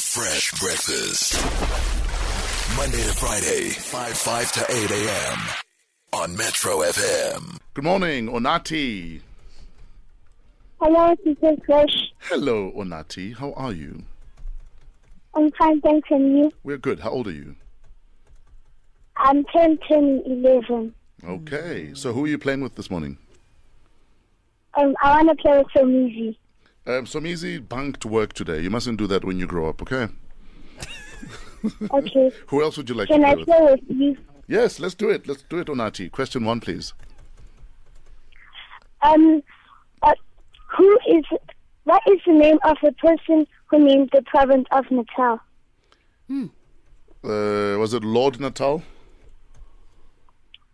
Fresh breakfast. Monday to Friday, 5 5 to 8 a.m. on Metro FM. Good morning, Onati. Hello, teacher Fresh. Hello, Onati. How are you? I'm fine, thanks, and you? We're good. How old are you? I'm 10, 10, 11. Mm. Okay. So, who are you playing with this morning? Um, I want to play with some easy. Um, some easy bank to work today. You mustn't do that when you grow up, okay? Okay. Who else would you like Can to play I with? play with you? Yes, let's do it. Let's do it, Onati. Question one, please. Um, uh, who is, what is the name of the person who named the province of Natal? Uh, was it Lord Natal?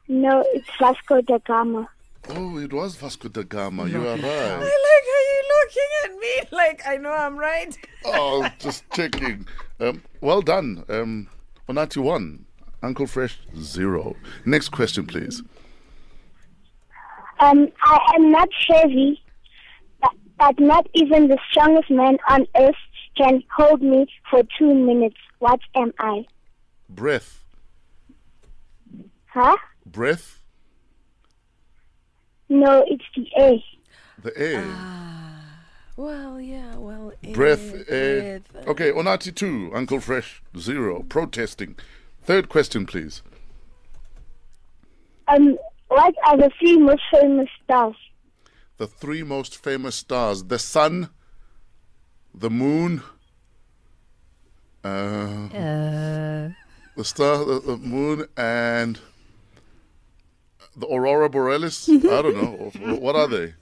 No, it's Vasco da Gama. Oh, it was Vasco da Gama. You are right. I like how you're looking at me like I know I'm right. Oh, just checking. Um, well done. Um, Onati one, Uncle Fresh zero. Next question, please. Um, I am not heavy, but, but not even the strongest man on earth can hold me for two minutes. What am I? Breath. Huh? Breath. No, it's the A. The air. Ah. Well, yeah, well, eh, Breath, air. breath. Okay, Onati 2, Uncle Fresh, 0, protesting. Third question, please. Um, what are the three most famous stars? The three most famous stars the sun, the moon, uh, Uh. the star, the, the moon, and the aurora borealis. I don't know. what are they?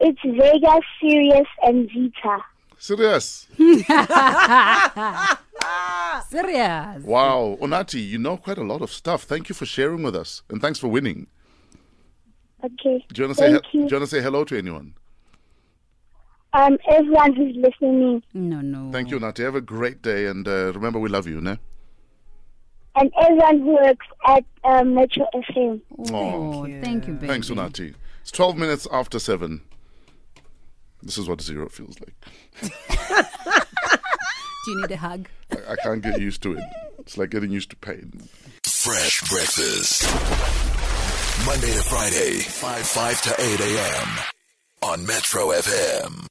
It's Vega, Sirius, and Zeta. Serious. Serious. Wow. Onati, you know quite a lot of stuff. Thank you for sharing with us, and thanks for winning. Okay. Do you want to say, Thank he- do you. you want to say hello to anyone? Um, everyone who's listening No, no. Thank you, Nati. Have a great day, and uh, remember, we love you, ne? and everyone who works at um, Metro FM. Aw. Oh, thank you, baby. Thanks, Unati. It's 12 minutes after 7. This is what zero feels like. Do you need a hug? I, I can't get used to it. It's like getting used to pain. Fresh breakfast. Monday to Friday, 5 5 to 8 a.m. on Metro FM.